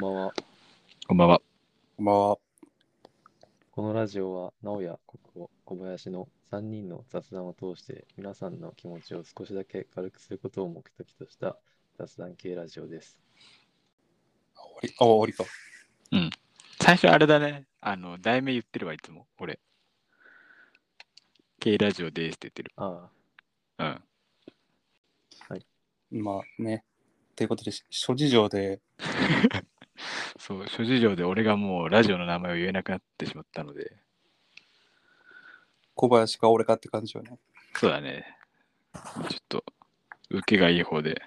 ばんは。こんばんは。まあ、このラジオは、直哉、国保、小林の3人の雑談を通して、皆さんの気持ちを少しだけ軽くすることを目的とした雑談系ラジオです。終わり、あ、終わりか。最初あれだね。あの、題名言ってるわ、いつも。俺。K ラジオですって言ってる。あうん。まあね。ということで、し諸事情で、そう、諸事情で俺がもうラジオの名前を言えなくなってしまったので。小林か俺かって感じよね。そうだね。ちょっと、受けがいい方で、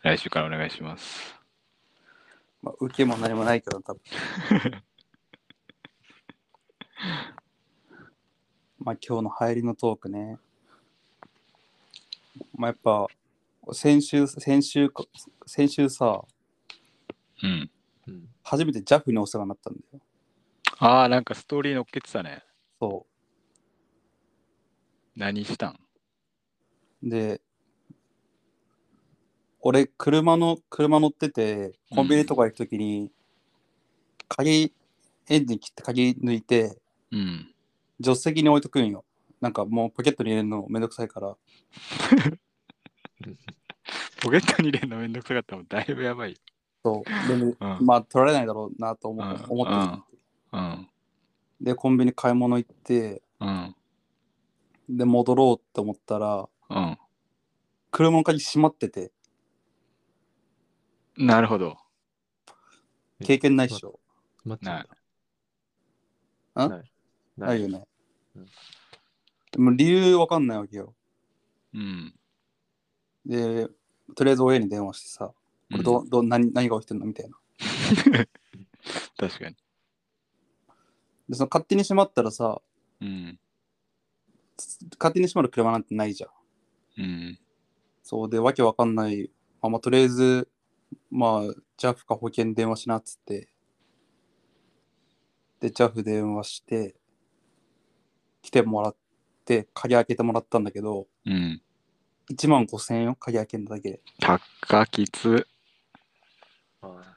来週からお願いします。まあ、受けも何もないけど、多分。まあ、今日の入りのトークね。まあ、やっぱ、先週、先週か、先週さ、うん。あ、うん。初めて JAF にお世話になったんだよ。ああ、なんかストーリー乗っけてたね。そ何したんう。で、俺、車の、車乗ってて、コンビニとか行くときに、鍵、エンジン切って鍵抜いて、うん。助手席に置いとくんよ。なんかもうポケットに入れるのめんどくさいから。ポケットに入れるのめんどくさかったもん。だいぶやばいよ。そう。でも、うんまあ取られないだろうなと思,、うん思ってたうん。で、コンビニ買い物行って、うん。で、戻ろうって思ったら、うん。車の鍵閉まってて、なるほど。経験ないっしょ。マッチないだ。あない。なないい。よね。うんでも理由わかんないわけよ。うん。で、とりあえず親に電話してさ、これど、うんど何何が起きてんのみたいな。確かに。で、その勝手に閉まったらさ、うん。勝手に閉まる車なんてないじゃうん。ん。そうで、わけわかんない。まあ、まあ、とりあえず、まあ、JAF か保険電話しなっつって。で、JAF 電話して、来てもらって、鍵開けてもらったんだけど、うん。 1万5千円よ、鍵開けんだだけで。たっかきつ。あ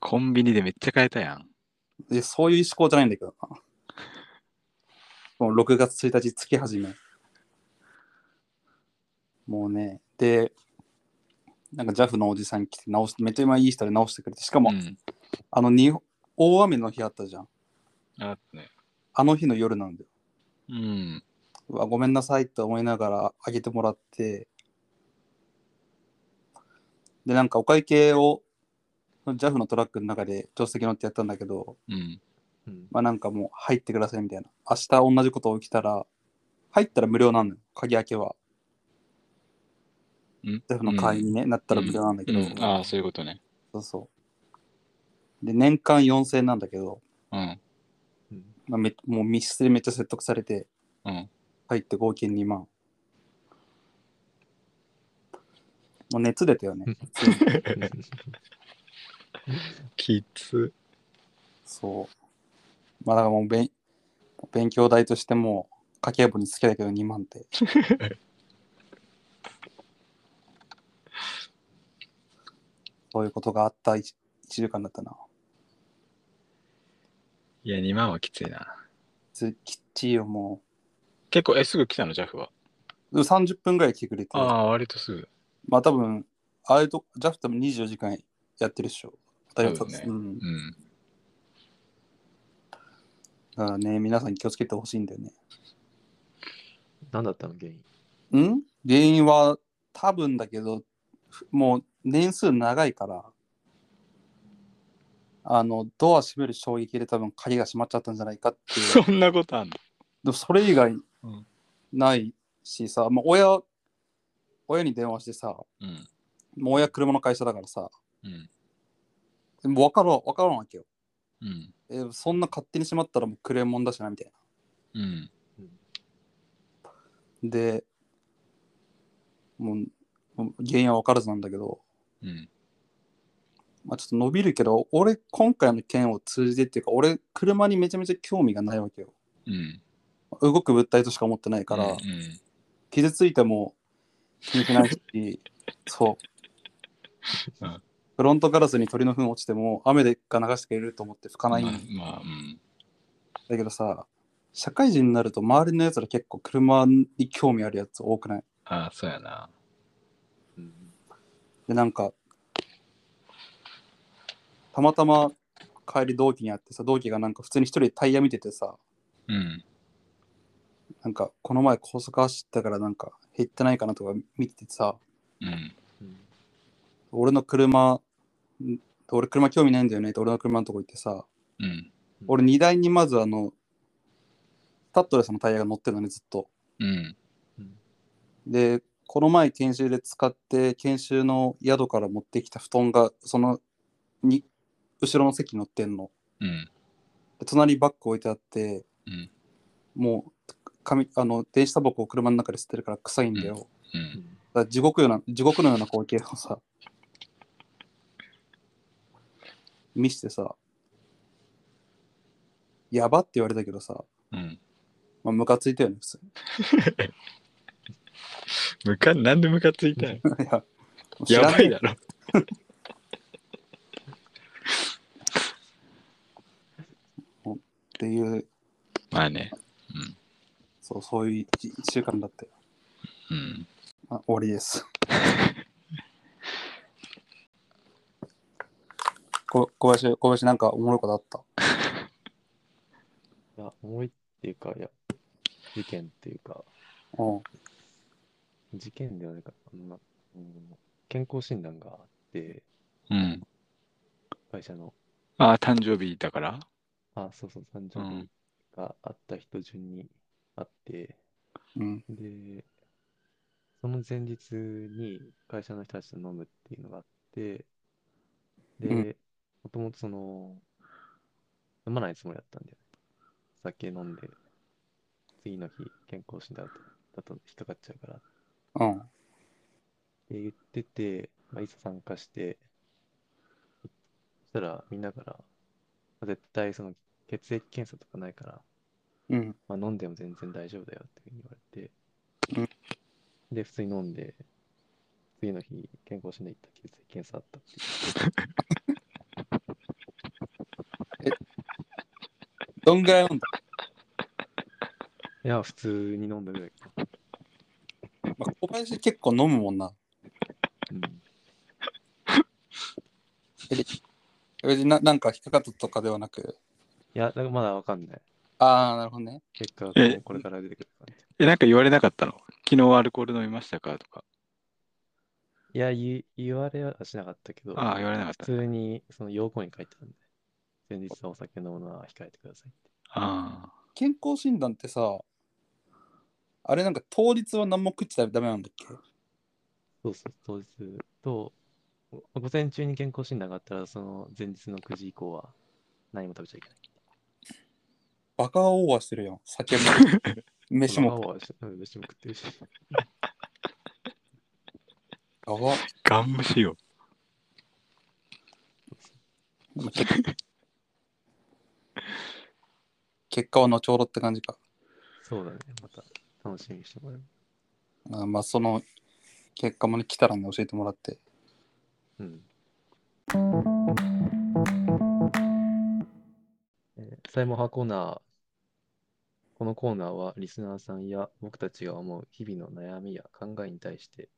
コンビニでめっちゃ買えたやん。で、そういう思考じゃないんだけどな。もう6月1日、月始め。もうね、で、なんか JAF のおじさん来て直して、めっちゃ今いい人で直してくれて、しかも、うん。あのに、大雨の日あったじゃん。あったね。あの日の夜なんだよ。うん。うわ、ごめんなさいって思いながらあげてもらって、で、なんかお会計を、その JAF のトラックの中で助手席乗ってやったんだけど、うん。あ。うん。まあなんかもう入ってくださいみたいな。明日同じこと起きたら、入ったら無料なのよ。鍵開けは。ん JAF の会員に、ねなったら無料なんだけど、うんああ、そういうことね。そうそう。で、年間4000円なんだけど、うん。うんまあ、めもう密室でめっちゃ説得されて、うん。入って合計2万。もう熱出たよね。きつ。そう。まあだからもう勉勉強代としてもう家計簿につけたけど2万って。 そういうことがあった 1, 週間だったな。いや、2万はきついな。つきっちりよも結構、え、すぐ来たの、ジャフは。う。30分ぐらい来てくれて。ああ、割とすぐ。まあ多分、ああいうと、ジャフ多分24時間やってるっしょ。だいぶそうだねうん。うん。だからね、皆さん気をつけてほしいんだよね。何だったの原因ん原因は多分だけどふもう年数長いからあのドア閉める衝撃で多分鍵が閉まっちゃったんじゃないかっ ていうそんなことあんのでもそれ以外んないしさ、まあ、親親に電話してさもうん。う親車の会社だからさうん。でも分からん分からんわけようん。えそんな勝手に閉まったらもうクレームもんだしなみたいなうん。でもうもう原因は分からずなんだけどうん。まあ、ちょっと伸びるけど、俺、今回の件を通じてっていうか、俺、車にめちゃめちゃ興味がないわけよ。うん。動く物体としか思ってないから、うん。 傷ついても気にしないし、そう。うんフロントガラスに鳥の糞落ちても雨でが流してくれると思って拭かないんまあ、まあ、うん。だけどさ、社会人になると周りのやつら結構車に興味あるやつ多くないああ、そうやな。うんで、なんか、たまたま帰り同期に会ってさ、同期がなんか普通に一人でタイヤ見ててさ、うん。なんかこの前高速走ったからなんか減ってないかなとか見ててさ、うん。うん俺の車、ん俺車興味ないんだよねって俺の車のとこ行ってさ、うん。俺荷台にまずあの、タッドレスのタイヤが乗ってるのね、ずっと。うん。で、この前研修で使って、研修の宿から持ってきた布団が、その、に、後ろの席に乗ってんの。うん。で隣にバッグ置いてあって、うん。もう、紙、あの、電子タバコを車の中で吸ってるから臭いんだよ。う。うんんだから地獄ような、地獄のような光景をさ、見してさ、やばって言われたけどさ、うん。まあ、ムカついたよね、普通に。 むか、なんでムカついたんいや、知やらばねえいだろ。っていう、まあね。そう、そういう一一週間だったよ。うん。うん。あ終わりです。 こ小林、小林なんかおもろいことあった。いや、重いっていうか、いや、事件っていうか、うん。事件ではないか、あんまうん健康診断があって、うん。会社の、ああ、誕生日だからあ、そうそう、誕う生日ん。があった人順にあって、うん。で、その前日に会社の人たちと飲むっていうのがあって、うんで、もともとその、飲まないつもりだったんだよね。酒飲んで、次の日、健康診断だと引っかかっちゃうからってうん。言ってて、まあ、いざ参加して、そしたらみんなから、まあ絶対その血液検査とかないから、うん。まあ、飲んでも全然大丈夫だよっていうふうにう言われて、で、普通に飲んで、次の日、健康診断行ったら血液検査あったってどんぐらい飲んいう。だ、いや、普通に飲んだぐらい。まあ、小林結構飲むもんな。うん、別にななんか引っかかったとかではなく。いや、なんかまだわかんない。ああ、なるほどね。結果がえこれから出てくる感じ。え、なんか言われなかったの昨日アルコール飲みましたかとか。いや、言い言われはしなかったけど、ああ、言われなかっ普た。通にその要項に書いてたんで、前日はお酒飲むのは控えてくださいって。あ健康診断ってさ、あれなんか当日は何も食っちゃダメなんだっけそうそう、当日と、お午前中に健康診断があったら、その前日の9時以降は何も食べちゃいけない。バカオーバーしてるやん。 酒も。飯も。も。うん飯も食ってるし。やば。あ、 ガン無視よ。まあ結果結果は後ほどって感じか。そうだね、また楽しみにしてもらえる。あまあその結果もね来たらね教えてもらって。うん。えー、サイモハコーナー。このコーナーはリスナーさんや僕たちが思う日々の悩みや考えに対して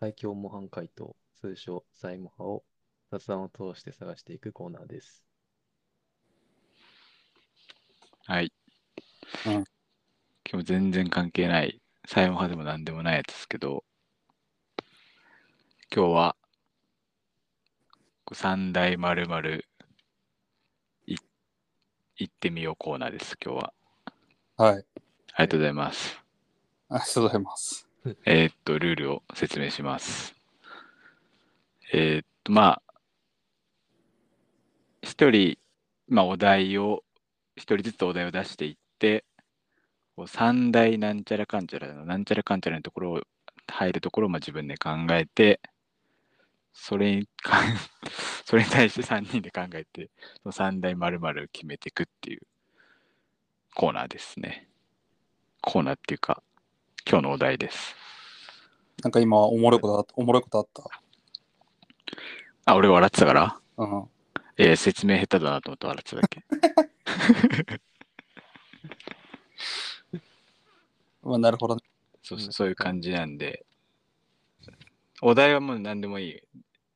最強模範解答、通称サイモハを雑談を通して探していくコーナーです。はい。うん今日全然関係ない、サイモ派でも何でもないやつですけど、今日は、三大まるまるい行ってみようコーナーです、今日は。はあい。りがとうございます。ありがとうございます。えーっと、ルールを説明します。えーっと、まあ、一人、まあ、お題を、一人ずつお題を出していって、こう三大なんちゃらかんちゃらの、なんちゃらかんちゃらのところを、入るところをまあ自分で考えて、それにか、 それに対して三人で考えて、その三大まるまるを決めていくっていうコーナーですね。コーナーっていうか、今日のお題です。なんか今おもろいことあったおもろいことあった。あ、俺が笑ってたからうん。えー説明下手だなと思って笑ってただけ。まあ、なるほどね。そううそうんそういう感じなんで、お題はもう何でもいい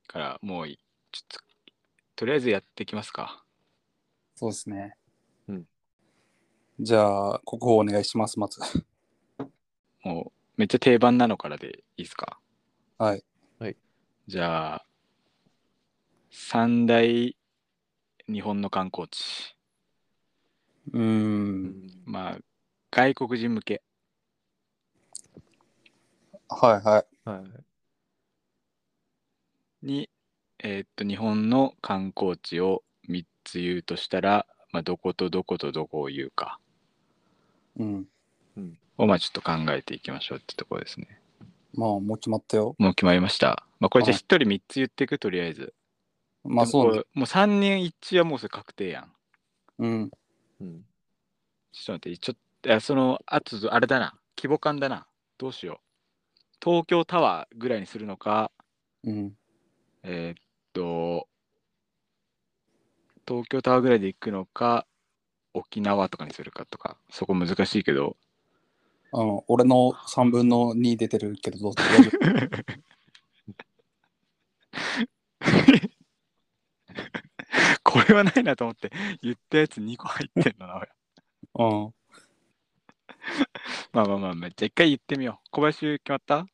から、もういいちょっと、とりあえずやっていきますか。そうですね。うん。じゃあ、国宝お願いします、まず。もう、めっちゃ定番なのからでいいですか。はい。じゃあ、三大日本の観光地。うーん。まあ、外国人向け。はいはい。はい。に、えーっと、日本の観光地を3つ言うとしたら、まあ、どことどことどこを言うかうん。を、まあ、ちょっと考えていきましょうってところですね。まあ、もう決まったよ。もう決まりました。まあ、これじゃあはい1人3つ言っていく、とりあえず。までもあ、そこうれね。もう3人一致はもうそれ確定やん。うん。うん。ちょっと待って、ちょっと、あその、あと、あれだな、規模感だな。どうしよう。東京タワーぐらいにするのか、うん。えーっと、東京タワーぐらいで行くのか、沖縄とかにするかとか、そこ難しいけ ど、あの俺の3分の2出てるけど、どうぞ。大丈 夫これはないなと思って、言ったやつ2個入ってんのな、俺うん。まあまあまあまあ、じゃあ一回言ってみよう。小林決まった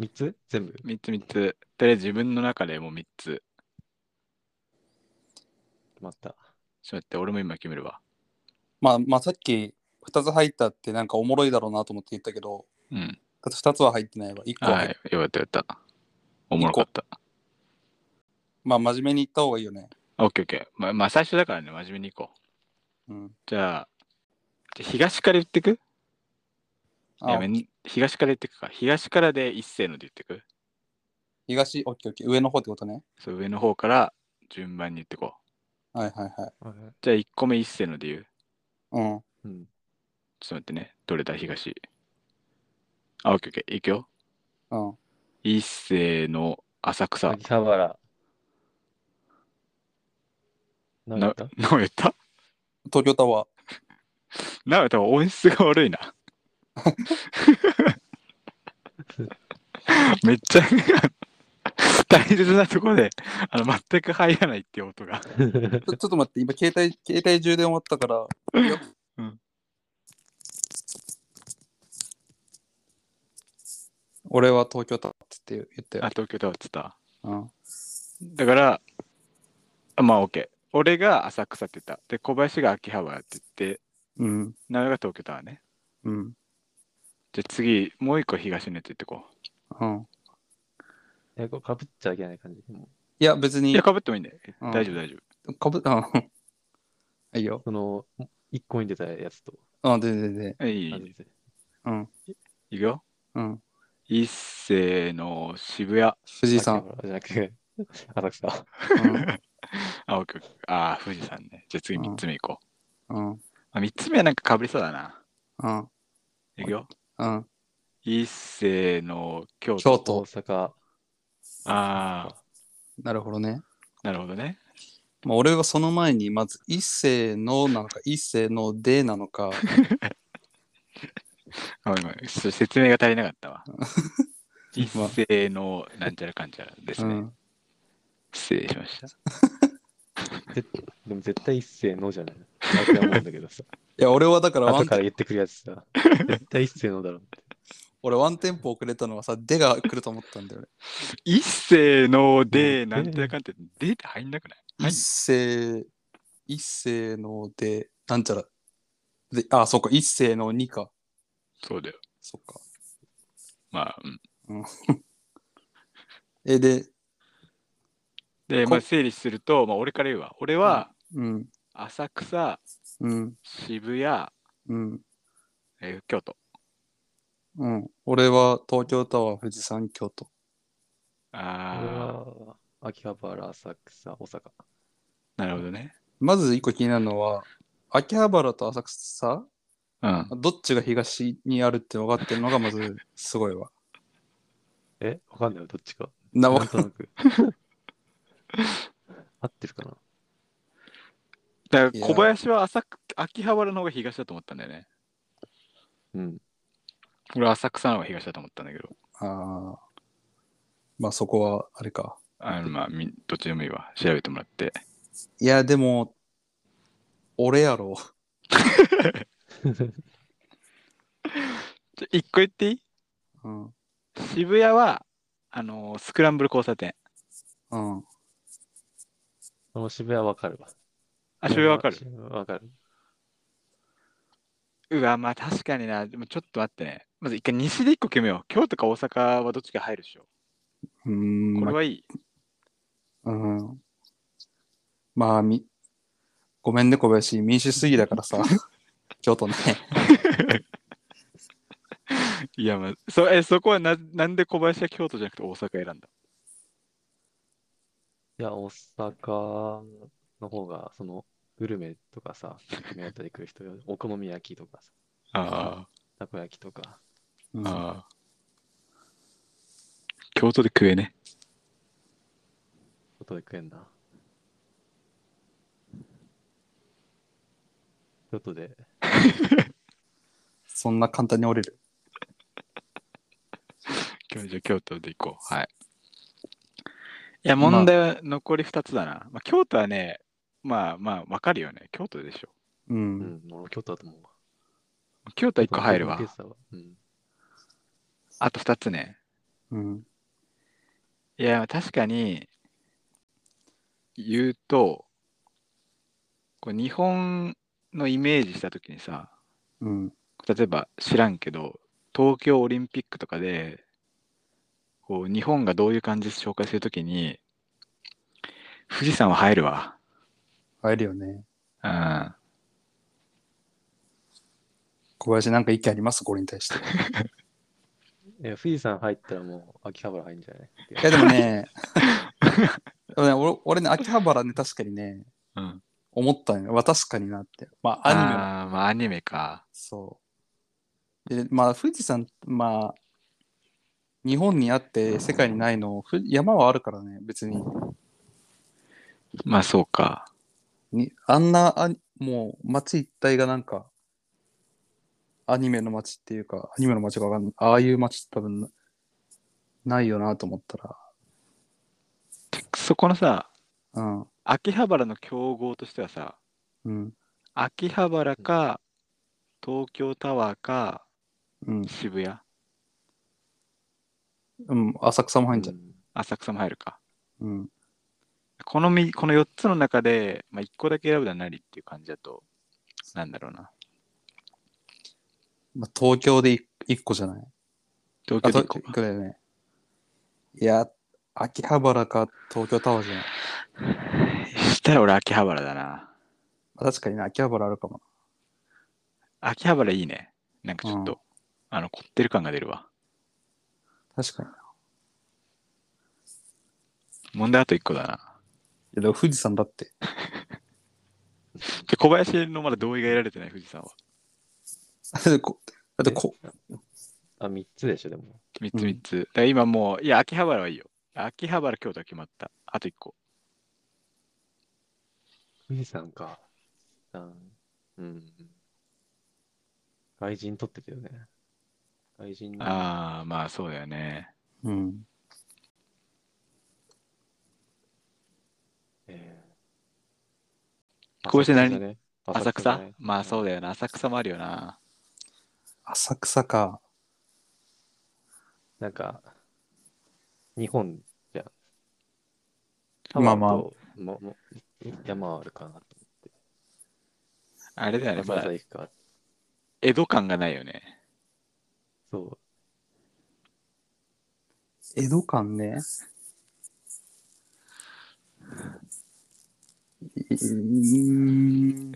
3つ全部 ?3 つ3つ。とりあえず自分の中でもう3つ。まった。ちょっと待って、俺も今決めるわ。まあ、まあ、さっき2つ入ったってなんかおもろいだろうなと思って言ったけど、うん。 2つは入ってないわ。1個はは入っい。よかったよかった。おもろかった。まあ、真面目に言った方がいいよね。オッケーオッケー。まあ、まあ、最初だからね、真面目にいこう。うん。じゃあ、じゃあ東から言ってくいやあめん東から言ってくか。東からで一斉ので言ってく。東、オッケーオッケー。上の方ってことね。そう上の方から順番に言ってこう。はいはいはい。はいはい。じゃあ、1個目一斉ので言う。うん。うん。ちょっと待ってね。どれだ、東。あ、オッケーオッケー。いくよ。うん。一斉の浅草。 秋葉原。何だったなおやった東京タワー。なおやった音質が悪い な。めっちゃ大切なとこであの全く入らないっていう音 が。ちょちょっと待って、今携帯、携帯充電終わったから。いやうん俺は東京タワーって言って言あ、って。東京タワーっつった。うん。だから、あまあ OK。俺が浅草って言った。で、小林が秋葉原って言って、うん。なおやが東京タワーね。うん。じゃあ次、もう一個東にって言ってこうん。え、これかぶっちゃいけない感じ。もういや、別う。いにや、、かぶってもいいんだよ。うん大丈夫、大丈夫。かぶ、 うん。いいよ。その、1個に出たやつと。うん、で、で、で。えいい、いあい。全然うん。いくよ。うん。一世の渋谷。藤井さん。秋葉原じゃなくて、 浅草。あ、OK。あー、富士山ね。じゃあ次、うん三つ目いこう。うん。うん。あ、三つ目はなんかかぶりそうだな。うん。いくよ。うん。一世の京都。京大都。阪。ああ、なるほどね。なるほどね。まあ、俺はその前に、まず、一世のなのか、一世のでなのか、ごめんごめん。そ説明が足りなか ったわ。一世のなんちゃらかんちゃらですうね。ん。失礼しました。ぜでも絶対一斉のじゃない。大体思うんだけどさ。いや、俺はだからワ後ンから言ってくるやつさ。絶対一斉のだろう。俺ワンテンポ遅れたのはさ、でが来ると思ったんだよね。一世ので、うんなんちゃらかんちゃら、でって入んなくないはい一世、一世ので、なんちゃら。で、あ、そっか、一世の二か。そうだよ。そっか。まあ、うん。え、で、で、こまあ、整理すると、まあ、俺から言うわ。俺は、うん、浅草、うん、渋谷、うん、えー京都。うん。俺は東京タワー、富士山、京都。俺あは秋葉原、浅草、大阪。あ、なるほどね。まず一個気になるのは、秋葉原と浅草うん。どっちが東にあるって分かってるのがまずすごいわ。え、わかんないよどっちか。ななわんとなく。合ってるかなだかいらや小林は浅く秋葉原の方が東だと思ったんだよね。うん。 俺は浅草の方が東だと思ったんだけど。ああ。まあそこは、あれか。あのまあ、みどっちでもいいわ。調べてもらって。いや、でも、俺やろ。ちょ一個言っていいうん。渋谷は、あのースクランブル交差点。うん。その渋谷わかるわ。あ、渋谷わかる渋谷わかる。うわ、まあ確かにな。でもちょっと待ってね。まず一回西で一個決めよう。京都か大阪はどっちか入るでしょ。うーこん。れまはいい。あ、うん、まあみ、ごめんね、小林。民主主義だか らさ。京都ね。いや、まあ、そえそこはななんで小林は京都じゃなくて大阪選んだいや、大阪の方が、その、グルメとかさ、目当たり来る人 よ、お好み焼きとかさ、あたこ焼きとか、うんあ、ああ。京都で食えね。外で食えんな。京都で、そんな簡単に折れる。今日じゃあ京都で行こう。はい。いや、問題は残り2つだな。まあ、京都はね、まあまあ、わかるよね。京都でしょ。う。うんん、俺京都だと思うわ。京都1個入るわ京。都のペースだうん。あと2つね。うん。いや、確かに、言うと、こう日本のイメージしたときにさ、うん。例えば知らんけど東京オリンピックとかでこう日本がどういう感じで紹介するときに富士山は入るわ、入るよね。うん、小林、なんか意見ありますこれに対して。いや、富士山入ったらもう秋葉原入るんじゃないいやでも ね、でもね俺俺ね、秋葉原ね、確かにね、うん、思ったね。は確かになって。まあ、アニメはあーまあアニメかそう。で、まあ、富士山、まあ、日本にあって世界にないの、ふ山はあるからね、別に。まあそうかにあんなあ、もう、街一帯がなんか、アニメの街っていうか、アニメの街がわかんない。ああいう街って多分な、ないよなと思ったら。そこのさうん。秋葉原の競合としてはさうん。秋葉原か東京タワーかうん。渋谷うん。浅草も入んじゃん。うん浅草も入るかうん。このみこの4つの中で、まあ、1個だけ選ぶのは何っていう感じだとなんだろうなまあ、東京でい一個じゃない東あ京とで1一個か個だよね。いや、秋葉原か東京タワーじゃない。したら俺秋葉原だな。まあ確かにね、秋葉原あるかも秋葉原いいね。なんかちょっと、あの、凝ってる感が出るわ。な。確かに。い問題あと1個だな。や、でも富士山だって。 で小林のまだ同意が得られてない富士山は。だってこ、だってこあ、3つでしょ、でも。 3うつん3つ。だから今もう、いや、秋葉原はいいよ。秋葉原京都は決まった。あと1個。富士山か。うん。うん。外人撮ってたよね。外人のああ、まあそうだよね。うん。えーこうして何浅草だね浅浅草草だねまあそうだよな。浅草もあるよな。浅草か。なんか、日本じゃん。まあまあ多分ともも山はあるかなと。あれだよね。浅まだ草行くか。江戸感がないよね。 そう。江戸館ね。うーん。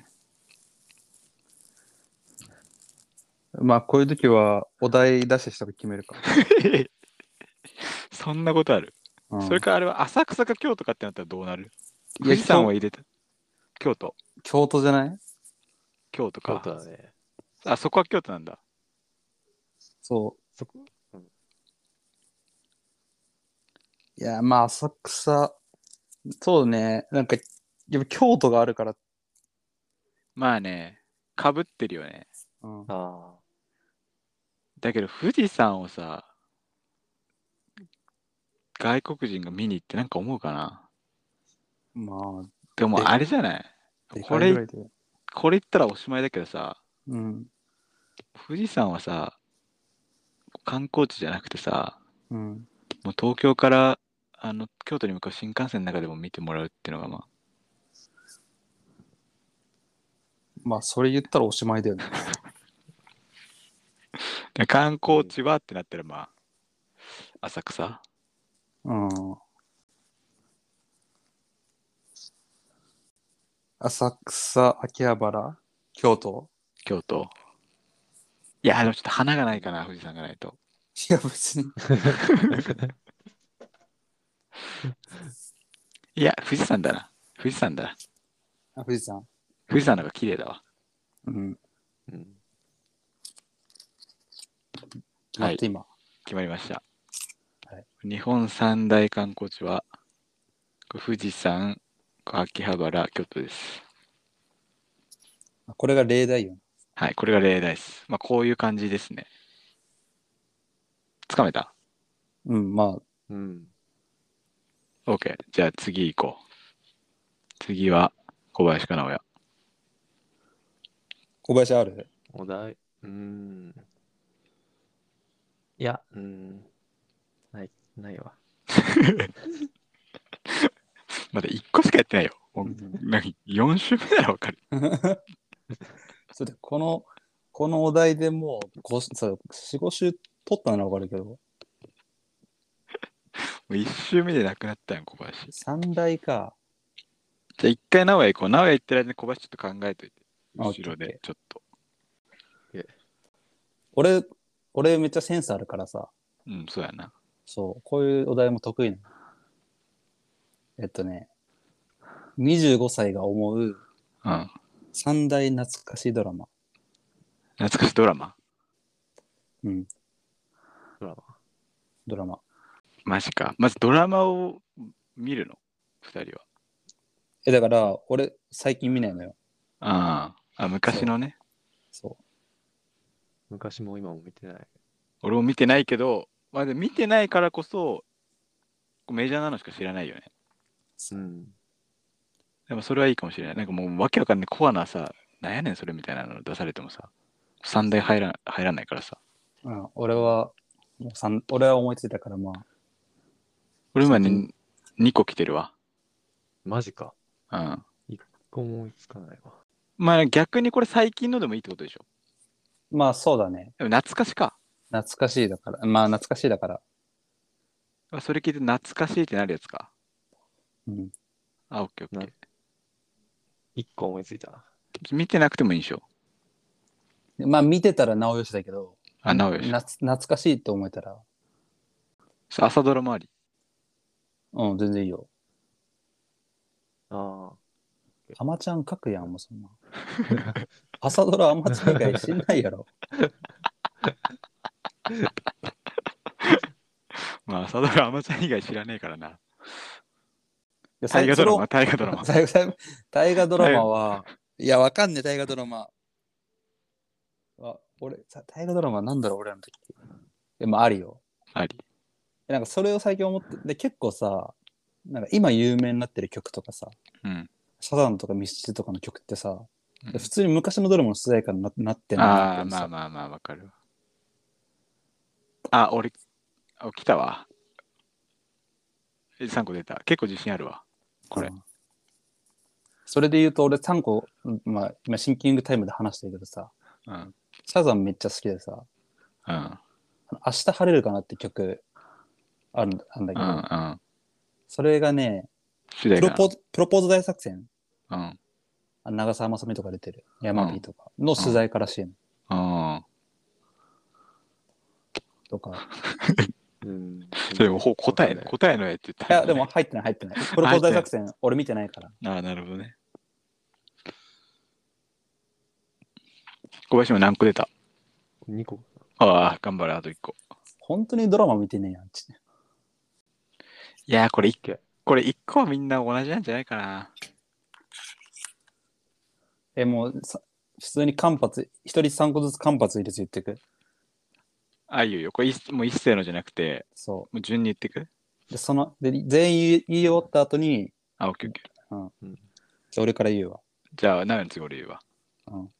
まあ、こういう時は、お題出してしたら決めるか。そんなことある。うんそれからあれは浅草か京都かってなったらどうなるいや富士山を入れた。京都。京都じゃない京都か。京都だね。あ、そこは京都なんだ。そそこ、う。いや、まあ、浅草、そうね、なんか、やっぱ京都があるから、まあね、かぶってるよね。うん、あだけど富士山をさ、外国人が見に行ってなんか思うかな。まあ、ででもあれじゃないでかこいぐれらいで。これ言ったらおしまいだけどさ、うん、富士山はさ、観光地じゃなくてさ、うん、もう東京からあの京都に向かう新幹線の中でも見てもらうっていうのがまあ、まあ、それ言ったらおしまいだよね。で観光地はってなったらまあ、浅草うん。浅草、秋葉原、京都。京都。いや、でもちょっと花がないかな、富士山がないと。いや、別に。いや、富士山だな。富士山だな。 あ、富士山。富士山の方が綺麗だわ。うん。あ、うん。決まって今。決まりました。はい日本三大観光地は、富士山、秋葉原、京都です。これが例題よ。はい、これが例題です。まあ、こういう感じですね。つかめたうん、まあ、うん。 ?OK。じゃあ次行こう。次は、小林かなおや。小林あるお題、うーん。いや、うーん。ない、ないわ。まだ1個しかやってないよ。もううん 何 ?4 週目ならわかる。それで、この、このお題でもう、こうさ、4、5週取ったならわかるけど、もう1週目でなくなったよ、小林。じ三大か。ゃあ一回名古屋行こう。名古屋行ってる間に小林ちょっと考えといて。後あろオッケーオッケで、ちょっと。俺、俺めっちゃセンスあるからさ、うん、そうやな。そう、こういうお題も得意なの。えっとね、25歳が思ううん。三大懐かしドラマ。懐かしいドラマうん、ドラマ。ドラマ。マジか。まずドラマを見るの二人は。え、だから、俺、最近見ないのよ。ああ、あ昔のね。そ昔も今も見てない。俺も見てないけど、まあ、でも見てないからこそ、メジャーなのしか知らないよね。うん。でもそれはいいかもしれない。なんかもうわけわかんないコアなさ、なんやねんそれみたいなの出されてもさ、三大入ら入らないからさ。う。うん、俺は、もう三、俺は思いついたから、まあ、俺今うね、2個来てるわ。マジか。うん。ここも思いつかないわ。まあ逆にこれ最近のでもいいってことでしょ。まあ、そうだね。でも懐かしか。懐かしいだから。まあ、懐かしいだから。それ聞いて懐かしいってなるやつか。うん。あ、オッケーオッなケ一個思いついた。ー。見てなくてもいいんでしょ。まあ、見てたらなおよしだけど、あ、なおよし。なつ懐かしいって思えたら、そう朝ドラもあり。うん、全然いいよ。ああ。アマちゃん書くやん、もうそんな。朝ドラアマちゃん以外知んないやろ。まあ、朝ドラ、アマちゃん以外知らねえから な。い や大河ドラそマ、れ大河ドラをマ。最後最後大河ドラマは、いや、わかんねえ、大河ドラマ。あ俺、さ大河ドラマなんだろう、俺らの時。でもあるよ。あり。えなんかそれを最近思って、で、結構さ、なんか今有名になってる曲とかさ、うん。サザンとかミスチルとかの曲ってさ、で普通に昔のドラマの主題歌にななってないんだあけあ、どさまあまあまあ、わかるわ。あ、俺、あ来たわ。え、3個出た。結構自信あるわ。これうん。それで言うと、俺3個、まあ、今シンキングタイムで話してるけどさ、うん。うん。サザンめっちゃ好きでさ、うん。あの明日晴れるかなって曲あるんあんだけうど、ん。うん。それがね、主プ題ロ歌ポプロポーズ大作戦、うん。あの長澤まさみとか出てる、山 P とかの取材からしいの、うん。とか。うん。それ、ほ答え、わ答えのやつ言っいたや、よねでも。入ってない入っ てない。プロポーズ大作戦、俺見てないから。ああ、なるほどね。小林も何個出たかんない。2個。ああ、頑張れ、あと1個。本当にドラマ見てねえやんち。いやー、これ一個、これ一個はみんな同じなんじゃないかな。え、もうさ、普通に間髪、一人三個ずつ間髪入れて言ってく。あ、いいよいいよ。これ一、もう一斉のじゃなくて、そもう順に言ってくう。で、その、で全員言い言い終わった後に、あ、オッケーオッケー。じゃあ俺から言うわ。じゃあ、なるの次俺言うわ。うん